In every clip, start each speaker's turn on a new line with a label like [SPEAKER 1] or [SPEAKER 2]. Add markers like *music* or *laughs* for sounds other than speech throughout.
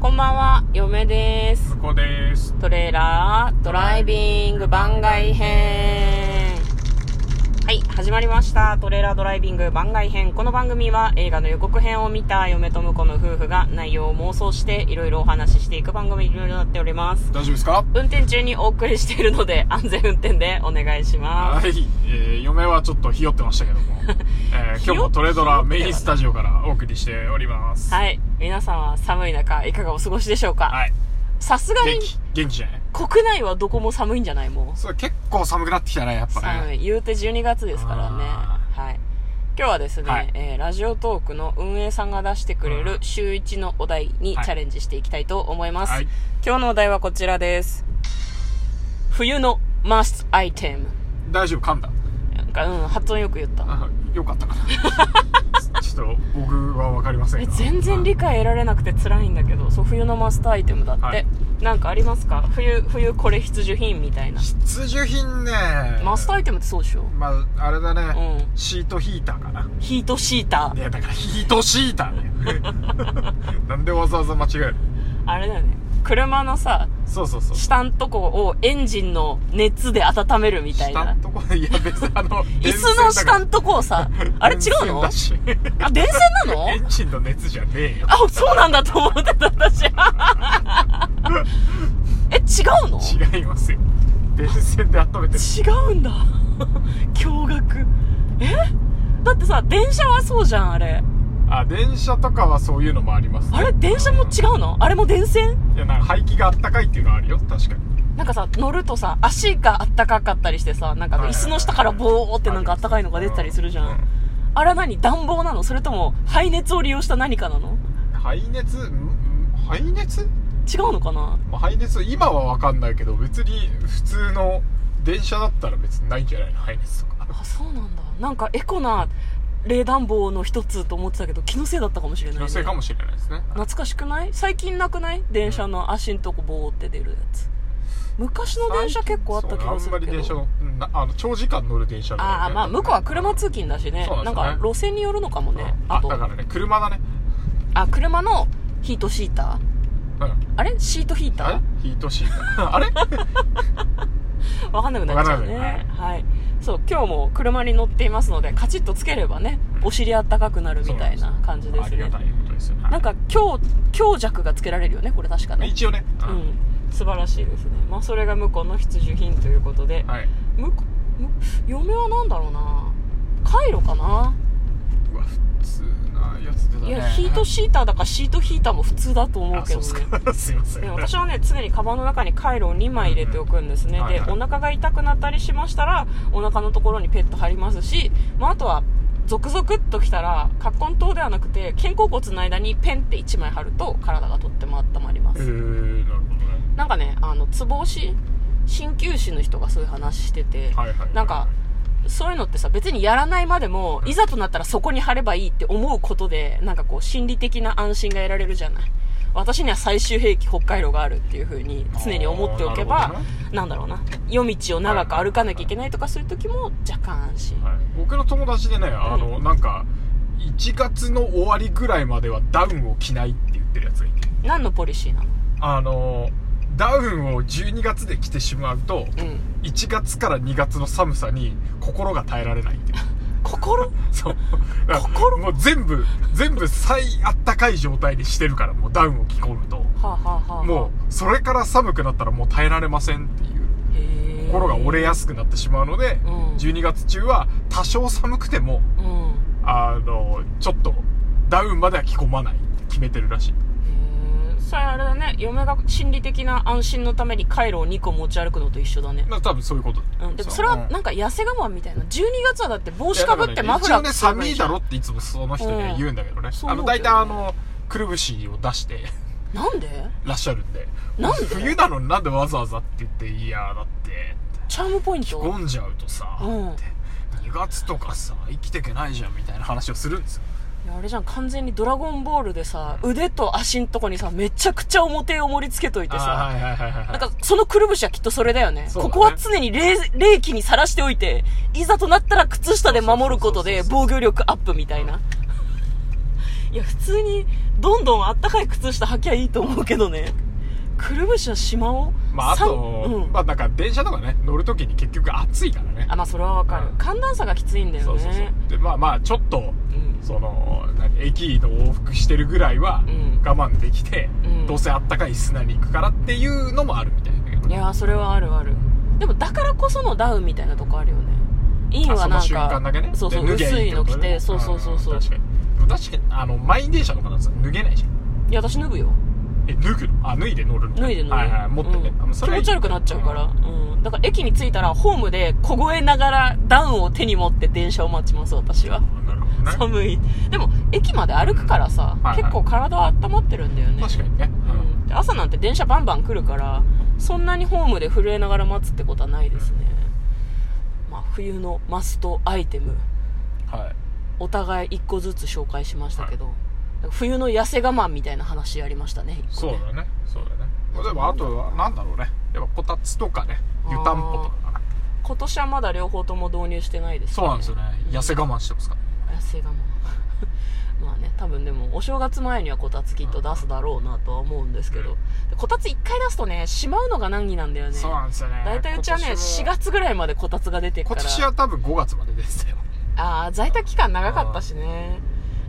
[SPEAKER 1] こんばんは、嫁です。
[SPEAKER 2] 向こうです
[SPEAKER 1] トレーラードライビング番外編。はい、始まりました。トレーラードライビング番外編。この番組は映画の予告編を見た嫁と婿の夫婦が内容を妄想していろいろお話ししていく番組になっております。
[SPEAKER 2] 大丈夫ですか
[SPEAKER 1] 運転中にお送りしているので安全運転でお願いしま
[SPEAKER 2] はい、えー、嫁はちょっとひよってましたけ
[SPEAKER 1] *laughs*
[SPEAKER 2] ども、えー、今日もトレドラメインスタジオからお送りしております
[SPEAKER 1] す。はい、皆さんは寒い中いかがお過ごしでしょうか
[SPEAKER 2] はい
[SPEAKER 1] さすがに
[SPEAKER 2] 元気元気じゃない
[SPEAKER 1] 国内はどこも寒いんじゃないもう。
[SPEAKER 2] そう結構寒くなってきたねやっぱ
[SPEAKER 1] 寒
[SPEAKER 2] ね
[SPEAKER 1] い言うて12月ですからね
[SPEAKER 2] あ
[SPEAKER 1] はい今日はですね、
[SPEAKER 2] はい
[SPEAKER 1] えーラジオトークの運営さんが出してくれ
[SPEAKER 2] う
[SPEAKER 1] る
[SPEAKER 2] ん
[SPEAKER 1] 週1のお題にチ
[SPEAKER 2] はい
[SPEAKER 1] ャレンジしていきたいと思います、
[SPEAKER 2] はい
[SPEAKER 1] 今日のお題はこちらです冬のマストアイテム
[SPEAKER 2] 大丈夫噛んだ
[SPEAKER 1] なんかうん発音よく言った
[SPEAKER 2] あよかったかな
[SPEAKER 1] *laughs*
[SPEAKER 2] ちょっと僕は分かりません
[SPEAKER 1] え
[SPEAKER 2] が
[SPEAKER 1] 全然理解得られなくて辛いんだけどそう冬のマストアイテムだって、
[SPEAKER 2] はい
[SPEAKER 1] なんかありますか冬冬これ必需品みたいな
[SPEAKER 2] 必需品ね
[SPEAKER 1] マストアイテムってそうでしょ
[SPEAKER 2] まああれだ
[SPEAKER 1] う
[SPEAKER 2] ね、
[SPEAKER 1] ん
[SPEAKER 2] シートヒーターかな
[SPEAKER 1] ヒートシーター
[SPEAKER 2] いやだからヒートシータ
[SPEAKER 1] *laughs*
[SPEAKER 2] ーねなんでわざわざ間違える
[SPEAKER 1] あれだよね車のさ
[SPEAKER 2] そうそうそう
[SPEAKER 1] 下んとこをエンジンの熱で温めるみたい
[SPEAKER 2] 下
[SPEAKER 1] な
[SPEAKER 2] の。とこいや別にあの
[SPEAKER 1] *laughs* 椅子の下んとこを
[SPEAKER 2] *laughs*
[SPEAKER 1] さ、あれ違うの
[SPEAKER 2] 電線だし
[SPEAKER 1] あ、電線なの
[SPEAKER 2] エンジンの熱じゃねえよ
[SPEAKER 1] あ、そうなんだと思ってた、私。 *laughs* え、違うの
[SPEAKER 2] 違いますよ電線で温めてる
[SPEAKER 1] 違うんだ。 *laughs* 驚愕。えだってさ、電車はそうじゃん、あれ。
[SPEAKER 2] あ電車とかはそういうのもあります、ね、
[SPEAKER 1] あれ電車も違うのあれも電線
[SPEAKER 2] いやなんか排気があったかいっていうのはあるよ確かに
[SPEAKER 1] なんかさ、乗るとさ、足があったかかったりしてさ、なんか
[SPEAKER 2] はい
[SPEAKER 1] 椅子の下からボーってなんかあったかいのが出てたりするじゃん。あれは何暖房なのそれとも排熱を利用した何かなの
[SPEAKER 2] 排熱んん排熱、
[SPEAKER 1] 違うのかな
[SPEAKER 2] まあ、排熱今は分かんないけど別に普通の電車だったら別にないんじゃないの排熱とか
[SPEAKER 1] あそうなんだなんかエコな冷暖房の一つと思ってたけど気のせいだったかもしれない、
[SPEAKER 2] 気
[SPEAKER 1] ね、
[SPEAKER 2] のせいかもしれないですね
[SPEAKER 1] 懐かしくない最近なくない電車の足んとこボーって出るやつ昔の電車結構あった気がするけど、
[SPEAKER 2] そうねあんまり電車のなあの長時間乗る電車だよね
[SPEAKER 1] ああまあ向こうは車通勤だしね
[SPEAKER 2] そうなんで
[SPEAKER 1] なん
[SPEAKER 2] すよね
[SPEAKER 1] か路線によるのかもね
[SPEAKER 2] あ
[SPEAKER 1] あと
[SPEAKER 2] だからね車だね
[SPEAKER 1] あ車のヒートシータ
[SPEAKER 2] うん
[SPEAKER 1] ーあれシートヒータ
[SPEAKER 2] あれ
[SPEAKER 1] ー
[SPEAKER 2] ヒート *laughs* シーターあれ
[SPEAKER 1] わかんなくなっちゃう
[SPEAKER 2] わかんなく
[SPEAKER 1] ね
[SPEAKER 2] な
[SPEAKER 1] はいそう今日も車に乗っていますのでカチッとつければねお尻あったかくな *laughs* るみたいな感じです
[SPEAKER 2] ありが
[SPEAKER 1] ね
[SPEAKER 2] たいことですよね
[SPEAKER 1] なんか強強弱がつけられるよねこれ確かね
[SPEAKER 2] 一応ね
[SPEAKER 1] う、ん素晴らしいですねまあそれが向こうの必需品ということで、
[SPEAKER 2] はい
[SPEAKER 1] 向こむ嫁は何だろうなカイロかな、
[SPEAKER 2] うわ普通なやつ出たね
[SPEAKER 1] いやヒート
[SPEAKER 2] シ
[SPEAKER 1] シーターだからシートヒーターも普通だと思う
[SPEAKER 2] ー
[SPEAKER 1] け
[SPEAKER 2] そ
[SPEAKER 1] ど
[SPEAKER 2] うっ
[SPEAKER 1] ね
[SPEAKER 2] すか *laughs* すいません
[SPEAKER 1] でも私はね常にカバンの中にカイロを2枚入れておくんですね、
[SPEAKER 2] うんうんはいはい
[SPEAKER 1] でお腹が痛くなったりしましたらお腹のところにペット貼りますし、まあ、あとはゾクゾクっときたら葛根湯ではなくて肩甲骨の間にペンって1枚貼ると体がとっても温まりま
[SPEAKER 2] え
[SPEAKER 1] す、
[SPEAKER 2] ー、なるほどね
[SPEAKER 1] なんかねあのツボ押し鍼灸師の人がそういう話してて、
[SPEAKER 2] はいはい
[SPEAKER 1] なんかそういうのってさ別にやらないまでもいざとなったらそこに貼ればいいって思うことでなんかこう心理的な安心が得られるじゃない私には最終兵器北海道があるっていう風に常に思っておけ
[SPEAKER 2] あーなる
[SPEAKER 1] ば
[SPEAKER 2] ほどね
[SPEAKER 1] なんだろうな夜道を長く歩かなきゃいけないとかする時も若干安心
[SPEAKER 2] はい、僕の友達でねあの、なんか1月の終わりぐらいまではダウンを着ないって言ってるやつがいて
[SPEAKER 1] 何のポリシーなの
[SPEAKER 2] あのダウンを12月で着てしまうと
[SPEAKER 1] うん
[SPEAKER 2] 1月から2月の寒さに心が耐えられないっていう
[SPEAKER 1] 心
[SPEAKER 2] そう。だから
[SPEAKER 1] 心
[SPEAKER 2] もう全部、全部最あったかい状態にしてるから、もうダウンを着込むと。
[SPEAKER 1] はあ、はあはあはあ、
[SPEAKER 2] もう、それから寒くなったらもう耐えられませんっていう。
[SPEAKER 1] へー
[SPEAKER 2] 心が折れやすくなってしまうので、
[SPEAKER 1] うん
[SPEAKER 2] 12月中は多少寒くても、
[SPEAKER 1] うん
[SPEAKER 2] あの、ちょっと、ダウンまでは着込まないって決めてるらしい。
[SPEAKER 1] へーそれあれだね嫁が心理的な安心のためにカイロを2個持ち歩くのと一緒だね
[SPEAKER 2] まあ多分そういうこと。
[SPEAKER 1] うん、でもそれは
[SPEAKER 2] うん
[SPEAKER 1] なんか痩せ我慢みたいな12月はだって帽子かぶってマフラー
[SPEAKER 2] いやだからね
[SPEAKER 1] すれば
[SPEAKER 2] 一応ね、寒い
[SPEAKER 1] じゃ
[SPEAKER 2] だ
[SPEAKER 1] ん
[SPEAKER 2] ろっていつもその人には言うんだけ
[SPEAKER 1] うん
[SPEAKER 2] どね。あの、
[SPEAKER 1] そう思う
[SPEAKER 2] 大
[SPEAKER 1] けどね
[SPEAKER 2] 体あの、くるぶしを出して、
[SPEAKER 1] なんで
[SPEAKER 2] らっしゃるんで
[SPEAKER 1] なんで
[SPEAKER 2] 冬なのになんでわざわざって言っていやだって
[SPEAKER 1] チャームポイント
[SPEAKER 2] 混んじゃうとさ、
[SPEAKER 1] うん
[SPEAKER 2] って2月とかさ生きてけないじゃんみたいな話をするんですよ
[SPEAKER 1] いやあれじゃん完全に「ドラゴンボール」でさ腕と足んとこにさめちゃくちゃ表を盛り付けといて
[SPEAKER 2] あ
[SPEAKER 1] さ
[SPEAKER 2] ーはいはいはいはい
[SPEAKER 1] なんかそのくるぶしはきっとそれだよね
[SPEAKER 2] そうだ
[SPEAKER 1] こ
[SPEAKER 2] ね
[SPEAKER 1] こは常に冷冷気にさらしておいていざとなったら靴下で守ることで
[SPEAKER 2] そうそうそうそう *laughs*
[SPEAKER 1] 防御力アップみたいないや普通にどんどんあったかい靴下履きゃいいと思うけどねくるぶしはしまおう
[SPEAKER 2] まああ
[SPEAKER 1] さん
[SPEAKER 2] と、
[SPEAKER 1] うん
[SPEAKER 2] まあなんか電車とかね乗るときに結局暑いからね
[SPEAKER 1] あまあそれはわかる、
[SPEAKER 2] うん
[SPEAKER 1] 寒暖差がきついんだよね
[SPEAKER 2] そうそうそうでまあまあちょっと
[SPEAKER 1] うん
[SPEAKER 2] その何駅の往復してるぐらいは
[SPEAKER 1] うん
[SPEAKER 2] 我慢できて、
[SPEAKER 1] うん
[SPEAKER 2] どうせあったかい砂に行くからっていうのもあるみたいだけど
[SPEAKER 1] いやーそれはあるあるでもだからこそのダウンみたいなとこあるよねインはなんか
[SPEAKER 2] あその瞬間だけね
[SPEAKER 1] そうそう
[SPEAKER 2] で脱げば
[SPEAKER 1] 薄いの着
[SPEAKER 2] ってことね
[SPEAKER 1] てそうそうそうそうん
[SPEAKER 2] 確かにでも確かにあの満員電車とかだとさ脱げないじゃん
[SPEAKER 1] いや私脱ぐよ
[SPEAKER 2] え脱ぐのあ脱いで乗るの
[SPEAKER 1] 脱いで乗る、
[SPEAKER 2] はいはい持ってね、
[SPEAKER 1] うん
[SPEAKER 2] あもう
[SPEAKER 1] 気
[SPEAKER 2] それは
[SPEAKER 1] 持ち悪くなっちゃうから、うんだから駅に着いたらホームで凍えながらダウンを手に持って電車を待ちます私は
[SPEAKER 2] あなるほどね
[SPEAKER 1] 寒いでも駅まで歩くからさ、
[SPEAKER 2] はいはい
[SPEAKER 1] 結構体は温まってるんだよね
[SPEAKER 2] 確かにね、うん
[SPEAKER 1] うんで朝なんて電車バンバン来るからそんなにホームで震えながら待つってことはないですね、まあ、冬のマストアイテム
[SPEAKER 2] はい
[SPEAKER 1] お互い1個ずつ紹介しましたけど、冬の痩せ我慢みたいな話やりましたね一個
[SPEAKER 2] そう
[SPEAKER 1] ね
[SPEAKER 2] だねそうだねでもあとはなんだろうねやっぱこたつとかね湯たんぽとかかな
[SPEAKER 1] 今年はまだ両方とも導入してないです、ね、
[SPEAKER 2] そうなんですよね痩せ我慢してますから
[SPEAKER 1] 痩せ我慢 *laughs* まあね多分でもお正月前にはこたつきっと出すだろうなとは思うんですけど、
[SPEAKER 2] うん
[SPEAKER 1] でこたつ1回出すとねしまうのが難儀なんだよね
[SPEAKER 2] そうなんですよね
[SPEAKER 1] 大体うちはね
[SPEAKER 2] 今年
[SPEAKER 1] 4月ぐらいまでこたつが出てくから
[SPEAKER 2] 今年は多分5月までですよ
[SPEAKER 1] ああ在宅期間長かったしね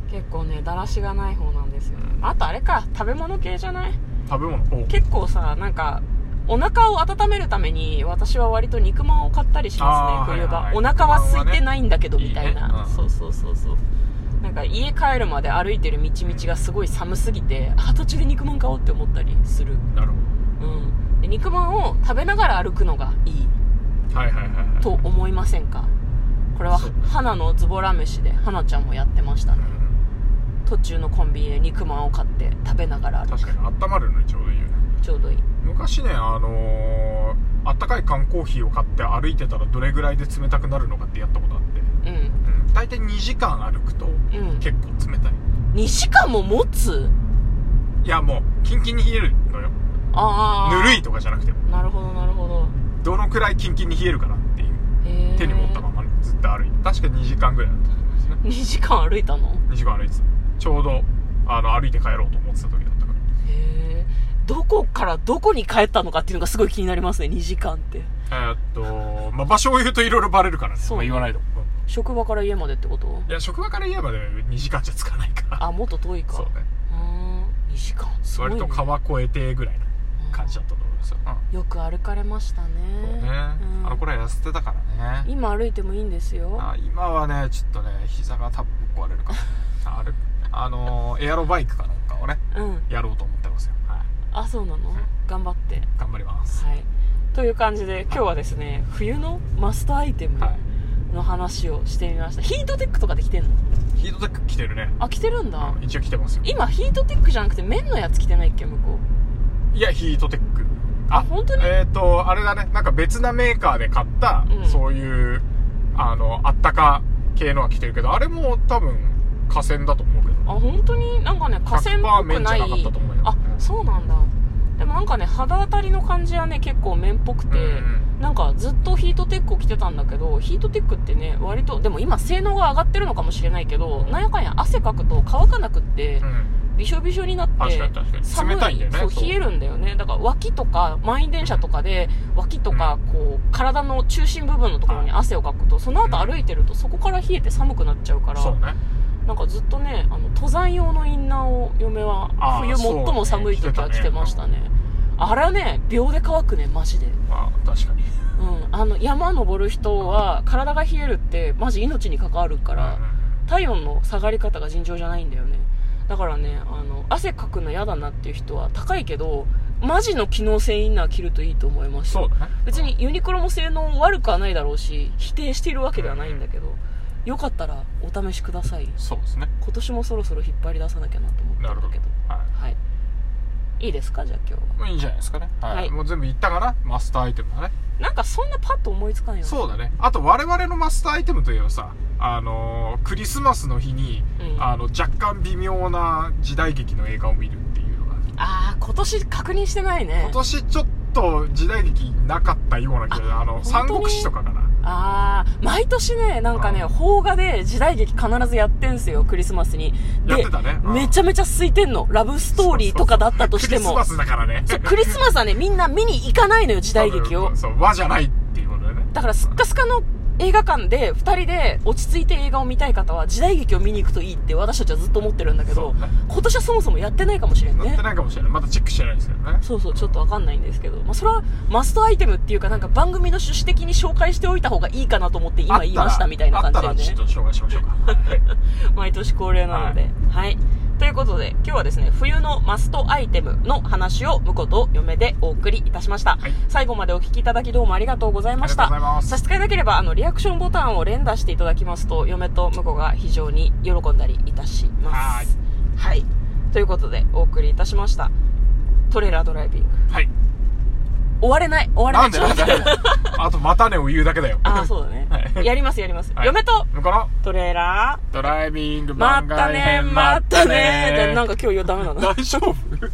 [SPEAKER 1] 結構ねだらしがない方なんですよねあとあれか食べ物系じゃない
[SPEAKER 2] 食べ物おう
[SPEAKER 1] 結構さなんかお腹を温めるために私は割と肉まんを買ったりしますね
[SPEAKER 2] あ
[SPEAKER 1] 冬
[SPEAKER 2] ー
[SPEAKER 1] 場、
[SPEAKER 2] はいはい
[SPEAKER 1] お腹は空いてないんだけど
[SPEAKER 2] 肉
[SPEAKER 1] み
[SPEAKER 2] まん
[SPEAKER 1] た
[SPEAKER 2] は
[SPEAKER 1] いな、
[SPEAKER 2] ねいいねうん
[SPEAKER 1] そうそうそうそうなんか家帰るまで歩いてる道々がすごい寒すぎてあ途中で肉まん買おうって思ったりする
[SPEAKER 2] なるほ
[SPEAKER 1] うんで肉まんを食べながら歩くのがいい
[SPEAKER 2] どはいはいはいはい
[SPEAKER 1] と思いませんかこれは
[SPEAKER 2] そう
[SPEAKER 1] 花のズボラ飯で花ちゃんもやってました
[SPEAKER 2] う
[SPEAKER 1] ね
[SPEAKER 2] ん
[SPEAKER 1] 途中のコンビニで肉まんを買って食べながら歩
[SPEAKER 2] 確かに温まるのにちょうどいいよね
[SPEAKER 1] くちょうどいい
[SPEAKER 2] 昔ねあのーあったかい缶コーヒーを買って歩いてたらどれぐらいで冷たくなるのかってやったことあって、
[SPEAKER 1] うん
[SPEAKER 2] うん、大体2時間歩くと
[SPEAKER 1] うん
[SPEAKER 2] 結構冷たい
[SPEAKER 1] 2時間も持つ
[SPEAKER 2] いやもうキンキンに冷えるのよ
[SPEAKER 1] ああ
[SPEAKER 2] ぬるいとかじゃなくても
[SPEAKER 1] なるほどなるほど
[SPEAKER 2] どのくらいキンキンに冷えるかなっていう
[SPEAKER 1] へえ
[SPEAKER 2] 手に持ったままずっと歩いて確か2時間ぐらいだったと思うんですね
[SPEAKER 1] 2時間歩いたのへ
[SPEAKER 2] 2時間歩いてたちょうどあの歩いて帰ろうと思ってた時だったから
[SPEAKER 1] えどこからどこに帰ったのかっていうのがすごい気になりますね2時間って
[SPEAKER 2] えーっと、まあ、場所を言うといろいろバレるからね。
[SPEAKER 1] そう
[SPEAKER 2] まあ、
[SPEAKER 1] ね
[SPEAKER 2] 言わないと。うん
[SPEAKER 1] 職場から家までってこと
[SPEAKER 2] いや、職場から言えばね、2時間じゃつかないから。
[SPEAKER 1] あもっと遠いか
[SPEAKER 2] そうね。
[SPEAKER 1] うーん2時間すごい、
[SPEAKER 2] 割
[SPEAKER 1] ね、
[SPEAKER 2] と川越えてぐらいの感じだったと思いますよ。うん。
[SPEAKER 1] よく歩かれましたね
[SPEAKER 2] そうね。
[SPEAKER 1] うん
[SPEAKER 2] あの頃は痩せてたからね。
[SPEAKER 1] 今歩いてもいいんですよ
[SPEAKER 2] あ今はね、ちょっとね、膝が多分壊れるから。
[SPEAKER 1] *laughs*
[SPEAKER 2] ある。あのーエアロバイクかなんかをね、
[SPEAKER 1] うん
[SPEAKER 2] やろうと思ってますよ。はい。
[SPEAKER 1] あそうなの頑張って
[SPEAKER 2] 頑張ります。
[SPEAKER 1] はいという感じで今日はですね冬のマストアイテム
[SPEAKER 2] はい。
[SPEAKER 1] の話をしてみましたヒートテックとかで着てんの
[SPEAKER 2] ヒートテック着てるね。
[SPEAKER 1] あ着てるんだ、
[SPEAKER 2] うん一応着てますよ。
[SPEAKER 1] 今ヒートテックじゃなくて綿のやつ着てないっけ向こ
[SPEAKER 2] いや、ヒートテック。
[SPEAKER 1] あ本当に
[SPEAKER 2] えっ、と、あれだね、なんか別なメーカーで買った、
[SPEAKER 1] うん
[SPEAKER 2] そういう、あの、あったか系のは着てるけど、あれも多分、河川だと思うけど
[SPEAKER 1] う。あ本当になんかね河川っぽくない
[SPEAKER 2] 100%綿じゃなかったと思うよ
[SPEAKER 1] あそうなんだでもなんかね肌当たりの感じはね結構綿っぽくて、
[SPEAKER 2] うん
[SPEAKER 1] なんかずっとヒートテックを着てたんだけどヒートテックってね割とでも今性能が上がってるのかもしれないけどなんやかんや汗かくと乾かなくって
[SPEAKER 2] うん。
[SPEAKER 1] びしょびしょになって
[SPEAKER 2] 確かに確かに冷たいんだよね
[SPEAKER 1] そう
[SPEAKER 2] そう
[SPEAKER 1] 冷えるんだよねだから脇とか満員電車とかで脇とかこう体の中心部分のところに汗をかくとその後歩いてるとそこから冷えて寒くなっちゃうから
[SPEAKER 2] そうね。
[SPEAKER 1] なんかずっとねあの登山用のインナーを嫁は
[SPEAKER 2] あー
[SPEAKER 1] 冬最も寒い時は
[SPEAKER 2] そうね
[SPEAKER 1] 着てましたねあれはね秒で乾くねマジで、
[SPEAKER 2] まあ、確かに。
[SPEAKER 1] うん、あの山登る人は体が冷えるってマジ命に関わるから、体温の下がり方が尋常じゃないんだよねだからねあの汗かくの嫌だなっていう人は高いけどマジの機能性インナー着るといいと思います
[SPEAKER 2] そうだね。
[SPEAKER 1] 別にユニクロも性能悪くはないだろうし否定しているわけではないんだけどよかったらお試しください
[SPEAKER 2] そうですね。
[SPEAKER 1] 今年もそろそろ引っ張り出さなきゃなと思った
[SPEAKER 2] なる
[SPEAKER 1] ん
[SPEAKER 2] ほ
[SPEAKER 1] だ
[SPEAKER 2] ど
[SPEAKER 1] けど。
[SPEAKER 2] は。
[SPEAKER 1] はいいいですかじゃあ今日はい
[SPEAKER 2] まあ、いいんじゃないですかね。はい。
[SPEAKER 1] はい
[SPEAKER 2] もう全部言ったかなマスターアイテムだね。
[SPEAKER 1] なんかそんなパッと思いつかないよね
[SPEAKER 2] そうだね。あと、我々のマスターアイテムといえばさ、あのークリスマスの日に、
[SPEAKER 1] うん
[SPEAKER 2] あの、若干微妙な時代劇の映画を見るっていうのが、
[SPEAKER 1] ああ今年確認してないね
[SPEAKER 2] 今年ちょっと時代劇なかったような気がする
[SPEAKER 1] あ
[SPEAKER 2] あの
[SPEAKER 1] 本当に
[SPEAKER 2] 三国志とかかな
[SPEAKER 1] ああ毎年ねなんかね
[SPEAKER 2] うん
[SPEAKER 1] 邦画で時代劇必ずやってんすよクリスマスにで
[SPEAKER 2] やってたねうん
[SPEAKER 1] めちゃめちゃ空いてんのラブストーリーとかだったとして
[SPEAKER 2] クリス
[SPEAKER 1] も
[SPEAKER 2] マスだからね
[SPEAKER 1] そうクリスマスはねみんな見に行かないのよ時代劇を
[SPEAKER 2] 多分そう和じゃないっていうことだよね
[SPEAKER 1] だからすっかすかの映画館で2人で落ち着いて映画を見たい方は時代劇を見に行くといいって私たちはずっと思ってるんだけど、
[SPEAKER 2] そうね
[SPEAKER 1] 今年はそもそもやってないかもしれん
[SPEAKER 2] 乗っ
[SPEAKER 1] ね
[SPEAKER 2] てないかもしれないまだチェックしてないですけどね
[SPEAKER 1] そうそうちょっとわかんないんですけど、まあ、それはマストアイテムっていうかなんか番組の趣旨的に紹介しておいた方がいいかなと思って今言いましたみたいな感じ
[SPEAKER 2] あったらあ
[SPEAKER 1] で
[SPEAKER 2] った
[SPEAKER 1] ね
[SPEAKER 2] らちょっと紹介しましょうかはい
[SPEAKER 1] 毎年恒例なのではい、ということで今日はですね冬のマストアイテムの話を婿と嫁でお送りいたしました、
[SPEAKER 2] はい
[SPEAKER 1] 最後までお聞きいただきどうもありがとうございました
[SPEAKER 2] ありがとうございます
[SPEAKER 1] 差し支えなければあのリアクションボタンを連打していただきますと嫁と婿が非常に喜んだりいたしますはいということでお送りいたしましたトレーラードライビング
[SPEAKER 2] はい
[SPEAKER 1] 終われない終われな
[SPEAKER 2] ないん
[SPEAKER 1] ち
[SPEAKER 2] で
[SPEAKER 1] ょっ
[SPEAKER 2] な
[SPEAKER 1] と
[SPEAKER 2] んで
[SPEAKER 1] 待って
[SPEAKER 2] あとまたねを言うだけだよ
[SPEAKER 1] ああそうだね、
[SPEAKER 2] はい
[SPEAKER 1] やりますやります、
[SPEAKER 2] はい
[SPEAKER 1] 嫁と
[SPEAKER 2] 向こうの
[SPEAKER 1] トレーラー
[SPEAKER 2] ドライビング
[SPEAKER 1] ま
[SPEAKER 2] 番
[SPEAKER 1] った
[SPEAKER 2] 外
[SPEAKER 1] ね
[SPEAKER 2] 編
[SPEAKER 1] まったねーってなん
[SPEAKER 2] か
[SPEAKER 1] か今日言うダメなの
[SPEAKER 2] 大丈夫